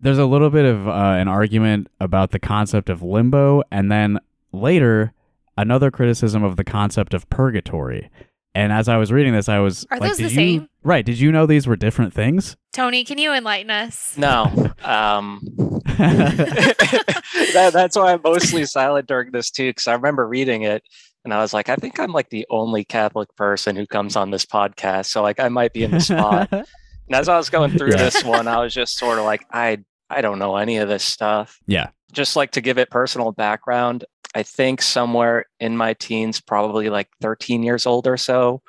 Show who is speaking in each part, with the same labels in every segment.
Speaker 1: there's a little bit of uh, an argument about the concept of limbo, and then later another criticism of the concept of purgatory. And as I was reading this, I was
Speaker 2: Are
Speaker 1: like,
Speaker 2: those
Speaker 1: "Did
Speaker 2: the
Speaker 1: you-
Speaker 2: same?"
Speaker 1: Right? Did you know these were different things?
Speaker 2: Tony, can you enlighten us?
Speaker 3: No. Um, that, that's why I'm mostly silent during this too, because I remember reading it and I was like, I think I'm like the only Catholic person who comes on this podcast. So like I might be in the spot. and as I was going through
Speaker 1: Yeah.
Speaker 3: this one, I was just sort of like, I I don't know any of this stuff.
Speaker 1: Yeah.
Speaker 3: Just like to give it personal background, I think somewhere in my teens, probably like 13 years old or so,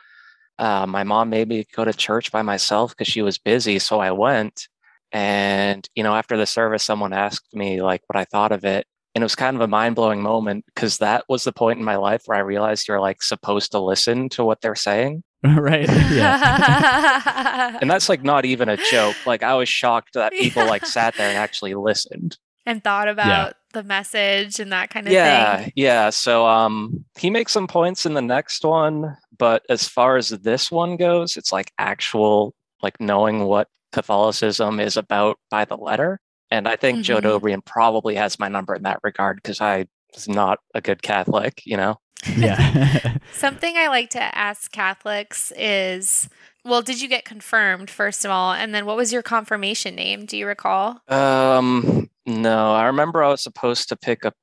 Speaker 3: uh, my mom made me go to church by myself because she was busy. So I went. And, you know, after the service, someone asked me like what I thought of it. And it was kind of a mind blowing moment because that was the point in my life where I realized you're like supposed to listen to what they're saying.
Speaker 1: right? Yeah.
Speaker 2: Yeah.
Speaker 3: And that's like not even a joke. Like I was shocked that people like sat there and actually listened.
Speaker 2: and thought about the message and that kind of
Speaker 3: yeah
Speaker 2: thing.
Speaker 3: yeah so um he makes some points in the next one but as far as this one goes it's like actual like knowing what catholicism is about by the letter and i think joe
Speaker 2: Mhm.
Speaker 3: dobrian probably has my number in that regard because i was not a good catholic you know
Speaker 1: yeah.
Speaker 2: Something I like to ask Catholics is well, did you get confirmed, first of all? And then what was your confirmation name? Do you recall?
Speaker 3: um no i remember i was supposed to pick a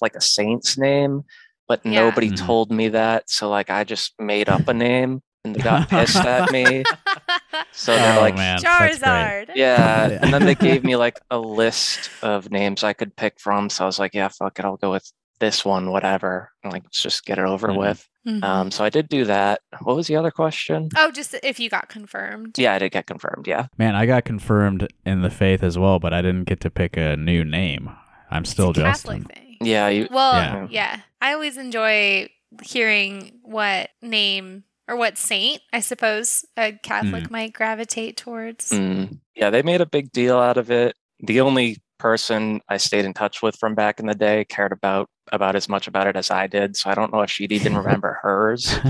Speaker 3: like a saint's name but
Speaker 2: Yeah.
Speaker 3: nobody
Speaker 1: Mhm.
Speaker 3: told me that so like i just made up a name and they got pissed at me so they're
Speaker 1: Oh,
Speaker 3: like
Speaker 1: man, that's great.
Speaker 2: Charizard.
Speaker 3: Yeah.
Speaker 1: Yeah.
Speaker 3: And then they gave me like a list of names I could pick from. So I was like, yeah, fuck it. I'll go with this one, whatever. And like, let's just get it over
Speaker 1: Mhm.
Speaker 3: with.
Speaker 2: Mhm.
Speaker 3: Um, so I did do that. What was the other question?
Speaker 2: oh, just if you got confirmed.
Speaker 3: Yeah, I did get confirmed. Yeah.
Speaker 1: Man, I got confirmed in the faith as well, but I didn't get to pick a new name. I'm still
Speaker 2: it's a
Speaker 1: Justin.
Speaker 2: Catholic thing.
Speaker 3: Yeah. You,
Speaker 2: Well,
Speaker 3: Yeah.
Speaker 2: yeah. I always enjoy hearing what name or what saint, I suppose, a Catholic
Speaker 1: Mm.
Speaker 2: might gravitate towards.
Speaker 3: mm. yeah, they made a big deal out of it. The only person I stayed in touch with from back in the day cared about about as much about it as I did. So I don't know if she'd even remember hers.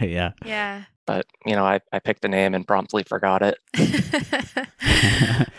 Speaker 1: yeah.
Speaker 2: Yeah.
Speaker 3: But you know, I, I picked a name and promptly forgot it.